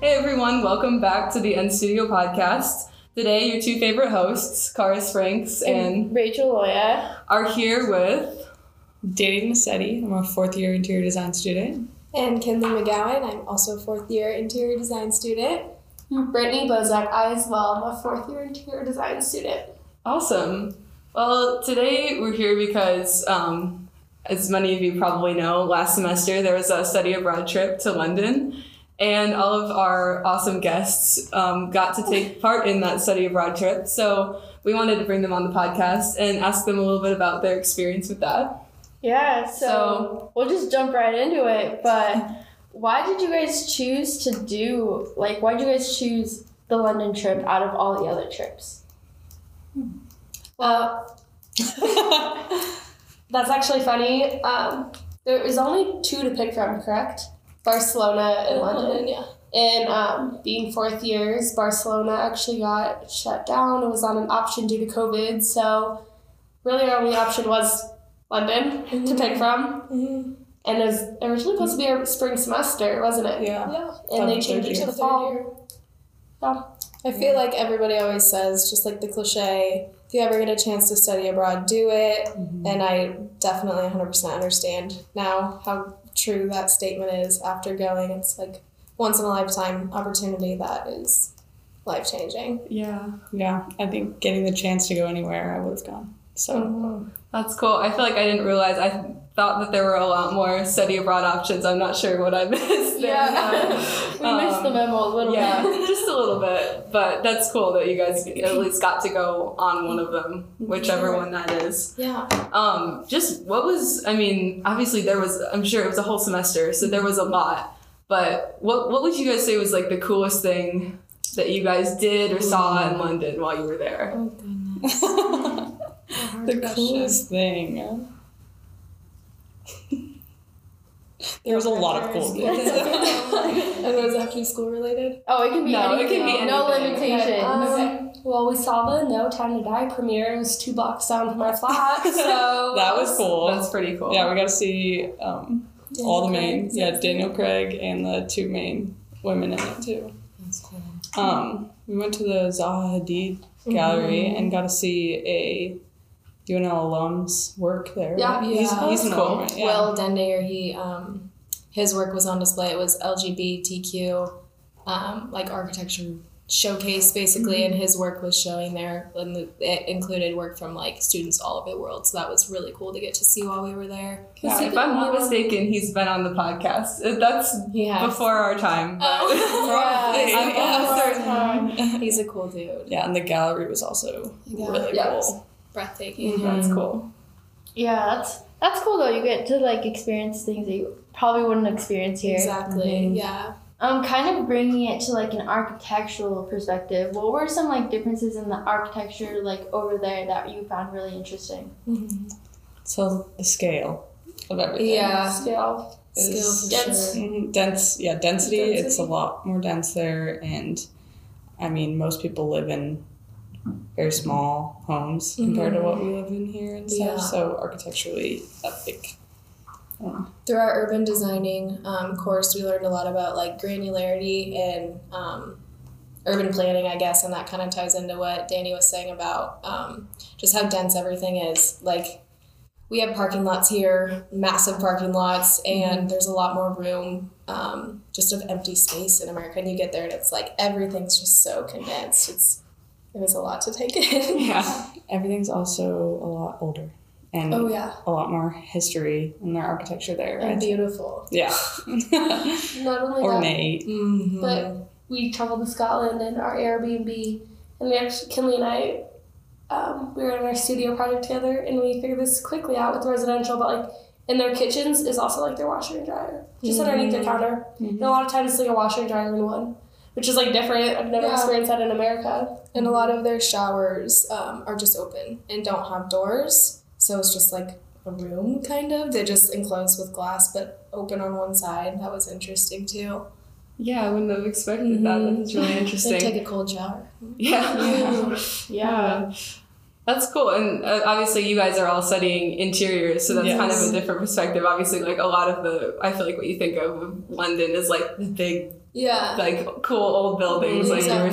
Hey everyone, welcome back to the N Studio podcast. Today, your two favorite hosts, Karis Franks, and Rachel Loya are here with. Danny Massetti. I'm a fourth year interior design student. And Kinley McGowan, I'm also a fourth year interior design student. Brittany Bozak. I as well am a fourth year interior design student. Awesome. Well, today we're here because, um, as many of you probably know, last semester there was a study abroad trip to London, and all of our awesome guests um, got to take part in that study abroad trip. So we wanted to bring them on the podcast and ask them a little bit about their experience with that. Yeah, so, So- we'll just jump right into it. But why did you guys choose to do like why did you guys choose the London trip out of all the other trips? Well, that's actually funny. Um, there was only two to pick from, correct? Barcelona and London. yeah. And um, being fourth years, Barcelona actually got shut down. It was on an option due to COVID. So, really, our only option was London to Mm-hmm. pick from. And it was originally supposed to be our spring semester, wasn't it? Yeah. And they Um, changed it third to year. the fall. I feel like everybody always says, just like the cliche, if you ever get a chance to study abroad, do it. Mm-hmm. And I definitely 100% understand now how true that statement is after going. It's like once in a lifetime opportunity that is life changing. Yeah. Yeah, I think getting the chance to go anywhere, I would have gone. So That's cool. I feel like I didn't realize. I thought that there were a lot more study abroad options. I'm not sure what I missed. there. Yeah. we missed the Um, memo a little yeah, bit. just a little bit. But that's cool that you guys at least got to go on one of them, whichever one that is. Yeah. Um, just what was? I mean, obviously there was. I'm sure it was a whole semester, so there was a lot. But what what would you guys say was like the coolest thing that you guys did or saw in London while you were there? Oh, goodness. the coolest thing. there was a lot of cool Yeah. things. And was it have to be school related? Oh, it can be No, it anything. can be no anything. limitations. Um, well, we saw the No Time to Die premiere. It was two blocks down from our flat, so That was cool. That's pretty cool. yeah, we got to see um, all the main. Yeah, Daniel Craig and the two main women in it too. That's cool. Um, we went to the Zaha Hadid gallery and got to see a UNL alum's work there. Yeah. he's, Yeah. he's an Cool. alum, right? yeah. Will Dendinger, he um, his work was on display. It was LGBTQ um, like architecture showcase basically, Mm-hmm. and his work was showing there, and the- it included work from like students all over the world. So that was really cool to get to see while we were there. Yeah, if I'm not mistaken, he's been on the podcast. Uh, That's Yeah, before our time. Oh, Probably. I'm almost certain. he's a cool dude. Yeah, and the gallery was also Yeah. really Yeah. cool. Breathtaking. That's cool. Yeah, that's that's cool though. You get to like experience things that you probably wouldn't experience here. Exactly. Yeah. Um, kind of bringing it to like an architectural perspective. What were some like differences in the architecture like over there that you found really interesting? Mm-hmm. So the scale of everything. Yeah. Scale. is- Skill for Dense. sure. Mhm, dense. Yeah, density, It's a Density. lot more dense there, and I mean, most people live in very small homes compared to what we live in here and stuff. Mm-hmm. Yeah. So architecturally, that big. Through our urban designing um, course, we learned a lot about like granularity and um, urban planning, I guess, and that kind of ties into what Danny was saying about um, just how dense everything is. Like, we have parking lots here, massive parking lots, and there's a lot more room um, just of empty space in America. And you get there, and it's like everything's just so condensed. It's it was a lot to take in. Yeah. Everything's also a lot older and Oh yeah, a lot more history in their architecture there. and right? beautiful. Yeah. Mm. Not only that, Ornate. Mm-hmm. But- we traveled to Scotland in our Airbnb, and we actually, Kinley and I, um, we were in our studio project together, and we figured this quickly out with residential, but like in their kitchens is also like their washer and dryer, just underneath Mm-hmm. their counter. And a lot of times it's like a washer and dryer in one, which is like different. I've never Yeah. experienced that in America. And a lot of their showers um, are just open and don't have doors. So it's just like a room, kind of. They're just enclosed with glass, but open on one side. That was interesting, too. Yeah, I wouldn't have expected that. Mhm. That's really They take interesting. a cold shower. yeah. Yeah. That's cool. And uh, obviously, you guys are all studying interiors, so that's kind of Yes. a different perspective. Obviously, like a lot of the, I feel like what you think of London is like the big Yeah. like cool old buildings, like you were Exactly.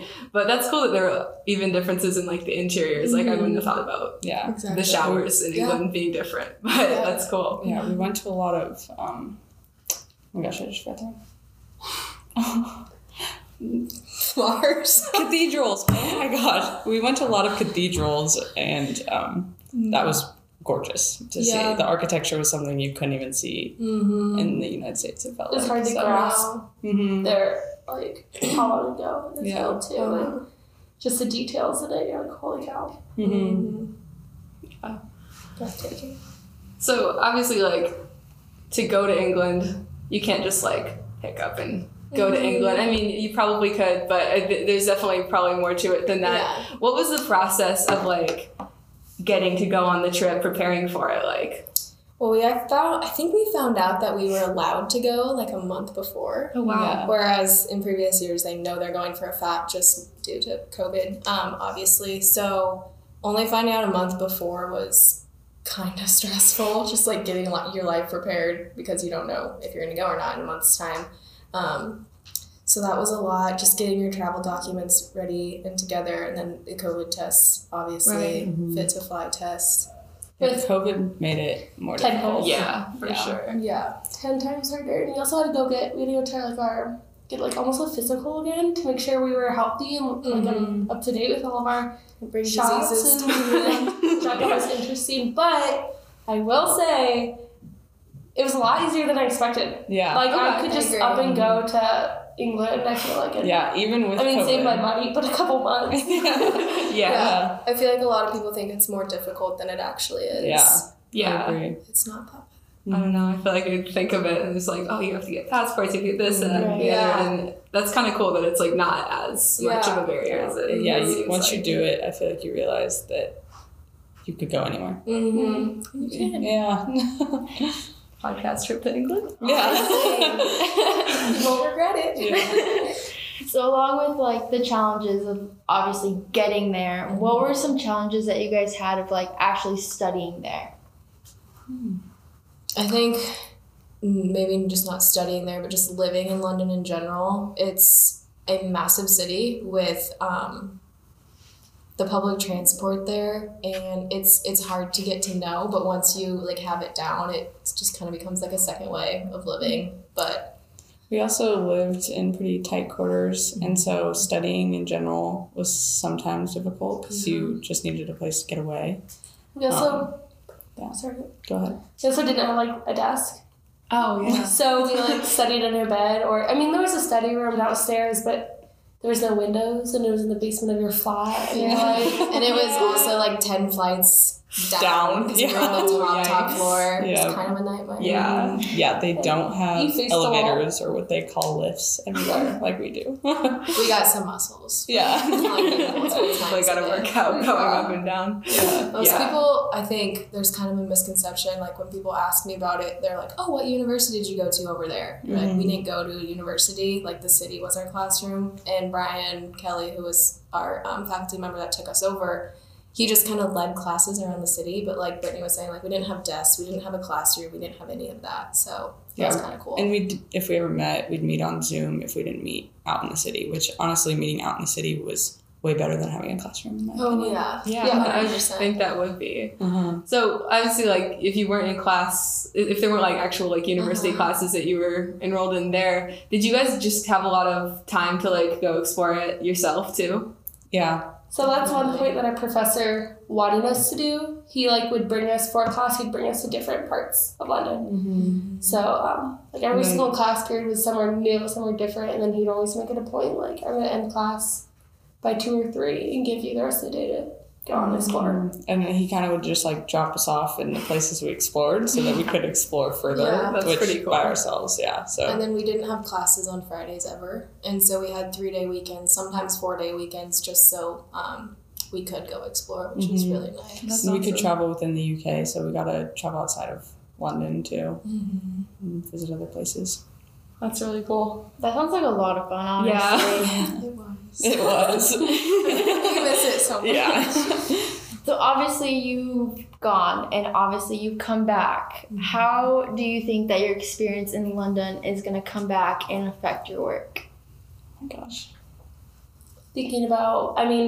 saying. But that's cool that there are even differences in like the interiors. Like I wouldn't have thought about Yeah. Exactly. the showers in Yeah. England being different, but Yeah. that's cool. Yeah, Mm-hmm. we went to a lot of. Um, oh my gosh, I just forgot that. Mars. cathedrals. Oh my god, we went to a lot of cathedrals, and um, that was gorgeous to Yeah. see. The architecture was something you couldn't even see Mm-hmm. in the United States. It felt It's like hard to so. grasp. Mhm. They're like how long ago it Yeah. Uh-huh. yeah. too. And just the details in it, you're like, holy cow. Mhm. breathtaking. So obviously, like to go to England, you can't just like pick up and go to England. I mean, you probably could, but I th- there's definitely probably more to it than that. Yeah. What was the process of like getting to go on the trip, preparing for it? Like, Well, we I found. I think we found out that we were allowed to go like a month before. oh wow. Whereas in previous years, they know they're going for a fact just due to COVID, um, obviously. So only finding out a month before was kind of stressful, just like getting li- your life prepared because you don't know if you're going to go or not in a month's time. Um, so that was a lot, just getting your travel documents ready and together, and then the COVID tests, obviously, Right. Mhm. fit to fly tests. Yeah, With- COVID made it more Ten difficult. holes. Yeah, for Yeah. sure. Yeah. Ten times harder. And we also had to go get we had to go to like our get like almost a physical again to make sure we were healthy and like Mhm. up to date with all of our Bring shots diseases. and that was interesting. But I will say it was a lot easier than I expected. Yeah. Like I Okay, could I just agree. up and go to England, I feel like it. yeah, even with I mean, COVID. save my money, but a couple months. yeah. Yeah, I feel like a lot of people think it's more difficult than it actually is. Yeah. I yeah. agree. It's not that I don't know. I feel like I think of it and it's like, oh, you have to get passports, you have to get this and that, and the Yeah. other, and that's kind of cool that it's like not as much Yeah. of a barrier as it. Yeah, it you, seems once like. you do it, I feel like you realize that you could go anywhere. Mm-hmm. Yeah. podcast trip to England. yeah. You won't regret it. Yeah. So along with like the challenges of obviously getting there, what were some challenges that you guys had of like actually studying there? I think maybe just not studying there, but just living in London in general. It's a massive city with um, the public transport there, and it's it's hard to get to know. But once you like have it down, it just kind of becomes like a second way of living. But We also lived in pretty tight quarters, and so studying in general was sometimes difficult because you just needed a place to get away. Um, We also, yeah. sorry, Go ahead. we also didn't have like a desk. Oh So we like studied under bed, or I mean, there was a study room downstairs, but there was no windows, and it was in the basement of your flat. And you're like, and it was also like ten flights down Down. because we were on the Yeah. top, top Yikes. floor. Yeah. It's kind of a nightmare. yeah. Yeah, they don't have You face the wall. elevators or what they call lifts everywhere like we do. we got some muscles. yeah. Like gotta work out going up and down. Most Yeah. people, I think, there's kind of a misconception. Like when people ask me about it, they're like, "Oh, what university did you go to over there?" You're Mm-hmm. Like we didn't go to a university. Like the city was our classroom, and Brian Kelly, who was our um, faculty member that took us over, he just kind of led classes around the city. But like Brittany was saying, like we didn't have desks, we didn't have a classroom, we didn't have any of that. So that was Yeah. kind of cool. And we, would if we ever met, we'd meet on Zoom. If we didn't meet out in the city, which honestly, meeting out in the city was way better than having a classroom. In my oh opinion. yeah, Yeah, I just 100%. think that would be. Uh-huh. So obviously, like if you weren't in class, i- if there weren't like actual like university Uh-huh. classes that you were enrolled in there, did you guys just have a lot of time to like go explore it yourself too? Yeah. so that's one point that our professor wanted us to do. He like would bring us for class. He'd bring us to different parts of London. Mm-hmm. So um, like every Right. single class period was somewhere new, somewhere different, and then he'd always make it a point like I'm gonna end class by two or three and give you the rest of the day to go on and Mm-hmm. explore. Mm-hmm. And then he kind of would just like drop us off in the places we explored so that we could explore further Yeah, that's which, pretty cool. by ourselves. Yeah. So And then we didn't have classes on Fridays ever. And so we had three day weekends, sometimes four day weekends, just so um, we could go explore, which was Mhm. really nice. That's we could awesome. travel within the UK. So we got to travel outside of London too and visit other places. That's really cool. That sounds like a lot of fun, honestly. Yeah. It was. It was. we miss it so much. yeah. So obviously you've gone and obviously you've come back. How do you think that your experience in London is going to come back and affect your work? Oh my gosh. thinking about i mean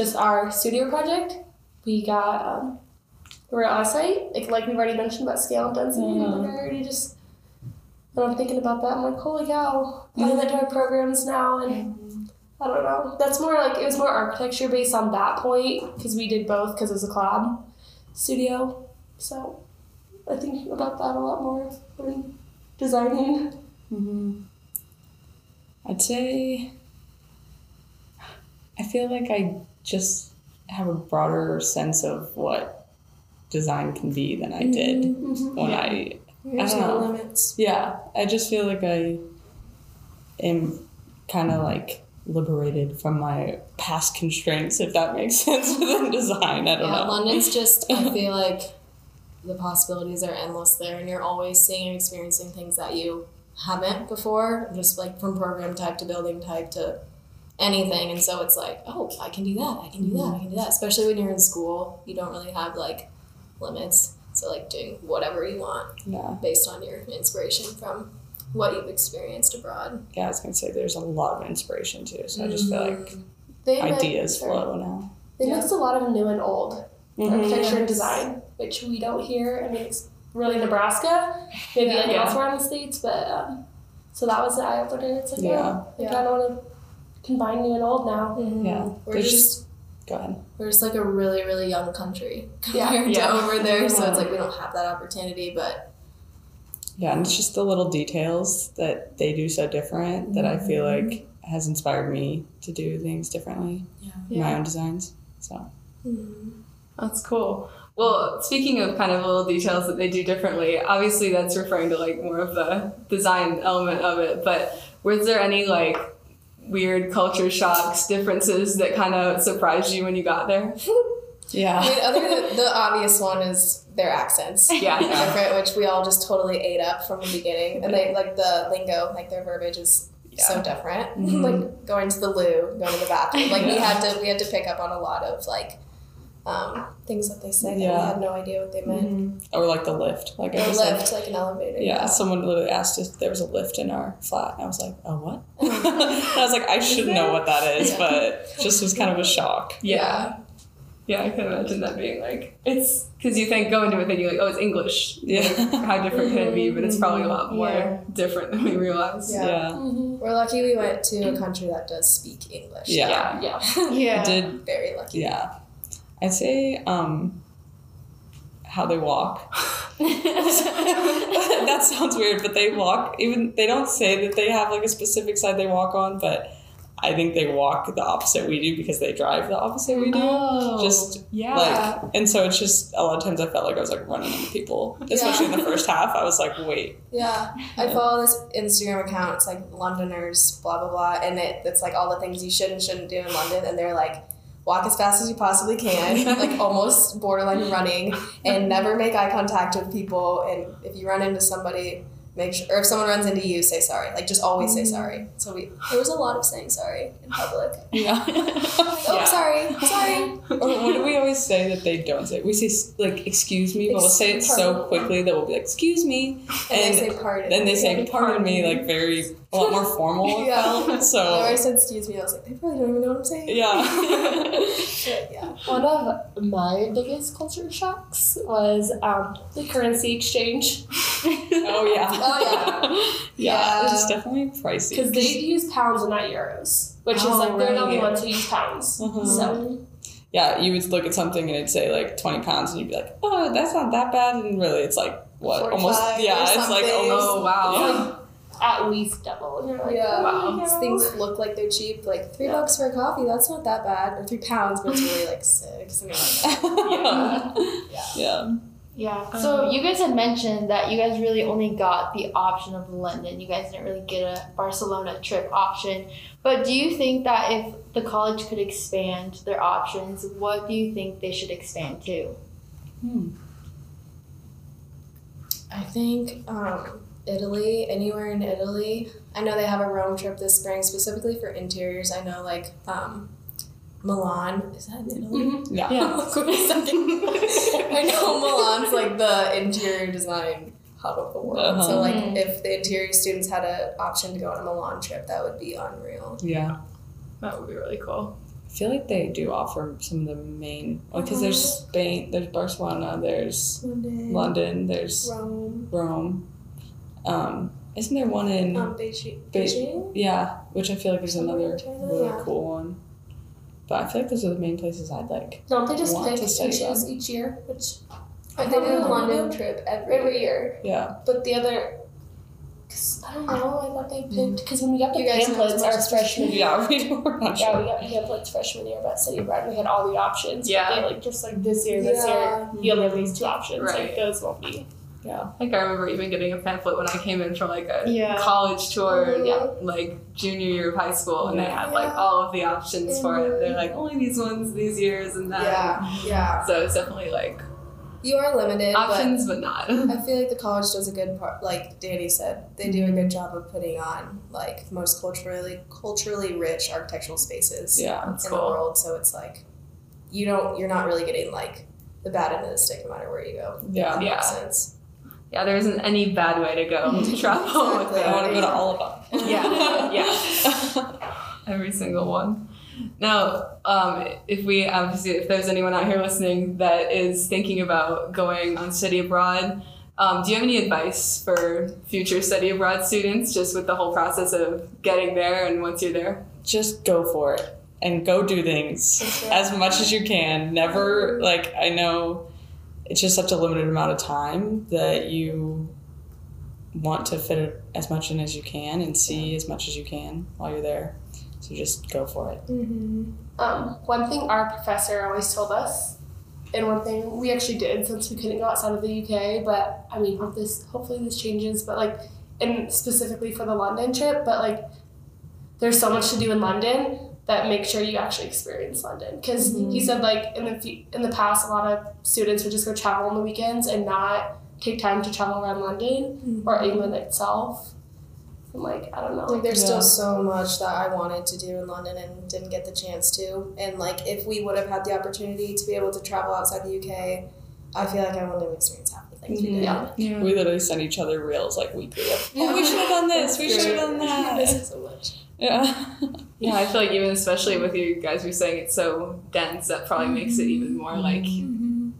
just our studio project we got um, we're on site like, like we've already mentioned about scale and density Mhm. like, i already just and i'm thinking about that i'm like holy cow why that do our programs now and i don't know that's more like it was more architecture based on that point because we did both because it was a collab studio so i think about that a lot more when designing Mm-hmm. hmm I'd say I feel like I just have a broader sense of what design can be than I Mm-hmm. did when I There's I no don't know. limits. yeah, I just feel like I am kind of like liberated from my past constraints, if that makes sense within design. I don't Yeah, know. London's just, I feel like the possibilities are endless there, and you're always seeing and experiencing things that you haven't before, just like from program type to building type to anything. And so it's like, oh, I can do that, I can do that, I can do that. Especially when you're in school, you don't really have like limits. So, like, doing whatever you want Yeah, based on your inspiration from what you've experienced abroad. yeah. I was gonna say there's a lot of inspiration too, so I just feel Mm-hmm. like they ideas mix- flow now. they Yeah. mixed a lot of new and old Mhm. architecture and Yes. design, which we don't hear. I mean, it's really Nebraska, maybe like Yeah. elsewhere in the states, but um, so that was the eye opener. It's like, oh, Yeah. yeah, I kind of want to combine new and old now. Yeah, Mm-hmm. We're There's just Go ahead. We're just like a really, really young country Yeah, compared yeah. to over there, so Yeah. it's like we don't have that opportunity. But Yeah, and it's just the little details that they do so different that I feel like has inspired me to do things differently. Yeah. in My own designs. So That's cool. Well, speaking of kind of little details that they do differently, obviously that's referring to like more of the design element of it, but was there any like weird culture shocks, differences that kind of surprised you when you got there? I yeah, mean, other than the obvious one is their accents, Yeah. They're different, which we all just totally ate up from the beginning. And they like the lingo, like their verbiage is so different. Mhm. like going to the loo, going to the bathroom. Like we Yeah. had to, we had to pick up on a lot of like um, things that they said that we Yeah. had no idea what they meant. or like the lift. Like I Or was like, lift, like an elevator. Yeah, someone literally asked if there was a lift in our flat, and I was like, "Oh, what?" I was like, "I should know what that is," Yeah. but just was kind of a shock. Yeah. Yeah, I can imagine that being like, it's because you think, go into it thinking like, oh, it's English. Yeah. Like, how different can it be? But it's probably a lot more Yeah. different than we realize. Yeah. We're lucky we went to a country that does speak English. Yeah. yeah. I did. Very lucky. Yeah, I'd say um, how they walk. that sounds weird, but they walk. Even they don't say that they have like a specific side they walk on, but I think they walk the opposite we do because they drive the opposite we do. Oh, Just, yeah. Like, and so it's just a lot of times I felt like I was like running into people, especially in the first half. I was like, wait, Yeah, I follow this Instagram account. It's like Londoners, blah blah blah, and it it's like all the things you should and shouldn't do in London, and they're like. Walk as fast as you possibly can, like almost borderline running, and never make eye contact with people. And if you run into somebody, make sure, or if someone runs into you, say sorry. Like just always Mm. say sorry. So we there was a lot of saying sorry in public. yeah. Like, oh, Yeah. sorry, sorry. or what do we always say that they don't say? We say like "excuse me," but we'll say it so Pardon. quickly that we'll be like "excuse me," And, they and say pardon. then they say Pardon. "pardon me," like very a lot more formal. Yeah. When I So said excuse me, I was like, they probably don't even know what I'm saying. yeah, Oh, But, yeah. One of my biggest culture shocks was um, the currency exchange oh yeah, Oh, yeah, Yeah. It's definitely pricey. because they use pounds and not euros, which is Oh, like they're the only right. ones who use pounds. Uh-huh. So Yeah, you would look at something and it'd say like twenty pounds, and you'd be like, "Oh, that's not that bad," and really, it's like what 45 almost yeah, or it's like something. almost oh, wow. at least double. And you're like, Oh, Yeah. um, wow. These things look like they're cheap, like three bucks for a coffee. That's not that bad, or three pounds, but it's really like six. something like that. yeah. yeah. Yeah. So you guys had mentioned that you guys really only got the option of London. You guys didn't really get a Barcelona trip option. But do you think that if the college could expand their options, what do you think they should expand to? I think um, Italy, anywhere in Italy. I know they have a Rome trip this spring specifically for interiors. I know like um, Milan. Is that in Italy? Yeah. Give me a second. I know Milan's like the interior design hub of the world. Uh-huh. So like if the interior students had an option to go on a Milan trip, that would be unreal. Yeah. That would be really cool. I feel like they do offer some of the main, because there's Uh-huh. Spain, there's Barcelona, there's London, there's Rome, Rome. Um, isn't there one in, um, Beijing, Be- Beijing? yeah, which I feel like is another really Yeah. cool one. But I feel like those are the main places I'd like. Don't they just Want pick to study teachers each year? Which I they think do a a London London trip every, every year. Yeah. but the other Cause I don't know. I thought they picked because when we got the You guys know as pamphlets much our as- freshman year. Yeah, we were not Yeah, sure. we got pamphlets freshman year about City Abroad. and We had all the options. Yeah. But they like just like this year, this year, you only have these two options. Right. Like those won't be. I think I remember even getting a pamphlet when I came in for like a Yeah. college tour, Mhm. yeah, like junior year of high school, and they had like Yeah. all of the options for it. They're Mhm. like only these ones, these years, and that. yeah, yeah. So it's definitely like You are limited, options, but not. but I feel like the college does a good part. Like Danny said, they do a good job of putting on like most culturally culturally rich architectural spaces. Yeah. That's in the cool. world. So it's like you don't you're not really getting like the bad end of the stick no matter where you go. Yeah. That Yeah. makes sense. Yeah, there isn't any bad way to go to travel with Exactly. that. I want to go to all of them. Yeah, yeah. Every single one. Now, um, if we obviously, if there's anyone out here listening that is thinking about going on study abroad, um, do you have any advice for future study abroad students, just with the whole process of getting there and once you're there? just go for it and go do things as much as you can. Never, Mm-hmm. like, I know it's just such a limited amount of time that you want to fit it as much in as you can and see as much as you can while you're there. So just go for it. Um, one thing our professor always told us, and one thing we actually did since we couldn't go outside of the UK, but I mean, hope this hopefully this changes, but like, and specifically for the London trip, but like, there's so much to do in London that make sure you actually experience London. Because he said like in the fe- in the past, a lot of students would just go travel on the weekends and not take time to travel around London or England itself. And like, I don't know. Like there's Yeah. still so much that I wanted to do in London and didn't get the chance to. And like if we would have had the opportunity to be able to travel outside the UK, I feel like I wouldn't have experienced half the things we did. Yeah. Yeah. We literally send each other reels like weekly. Like, oh, we should have done this. We should have done I miss that. it so much. Yeah. Yeah, I feel like even especially with you guys were saying it's so dense, that probably makes it even more like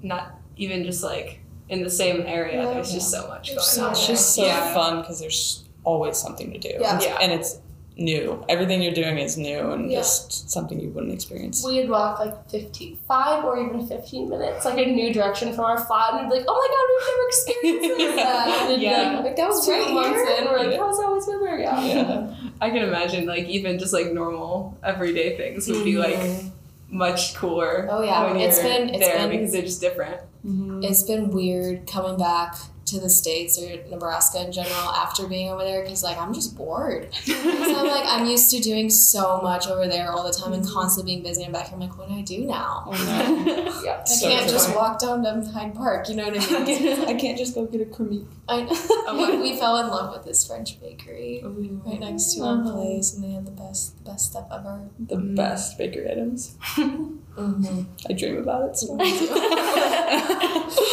not even just like in the same area. Yeah. There's just so much going There's so on. much. It's just so Yeah. fun because there's always something to do. Yeah. Yeah. And it's new. Everything you're doing is new and Yeah. just something you wouldn't experience. We'd walk like 15, five or even 15 minutes, like a new direction from our flat, and we'd be like, oh my god, we've never experienced that. And Yeah. Like, Like that was two right months here. in, we're like, that was always been there, yeah. Yeah. I can imagine like even just like normal everyday things would be like much cooler. Mm-hmm. Oh, yeah. when It's you're been- it's there been- because they're just different. It's been weird coming back to the states or Nebraska in general after being over there because like I'm just bored. 'Cause I'm like I'm used to doing so much over there all the time and constantly being busy. I'm back here. I'm like, what do I do Oh, now? I I So can't just different. walk down to Hyde Park. You know what I mean? can't, I can't just go get a creme. I Oh, wow. we fell in love with this French bakery right next to our place, and they had the best the best stuff ever. The Mm. best bakery items. Mm-hmm. I dream about it so much.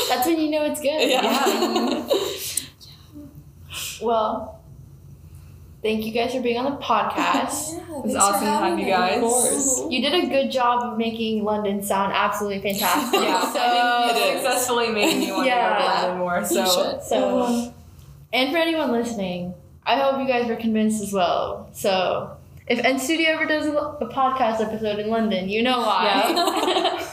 That's when you know it's good. yeah. Well, thank you guys for being on the podcast. Yeah, It's awesome to have you guys. Of course. You did a good job of making London sound absolutely fantastic. Yeah, I think So, you successfully made me want Yeah. to go to London more. You So should. so, and for anyone listening, I hope you guys were convinced as well. So, if N Studio ever does a, a podcast episode in London, you know why.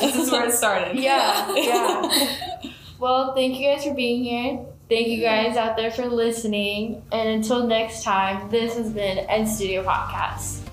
this is where it started. Yeah, yeah. well, thank you guys for being here. Thank you guys out there for listening. And until next time, this has been N Studio Podcast.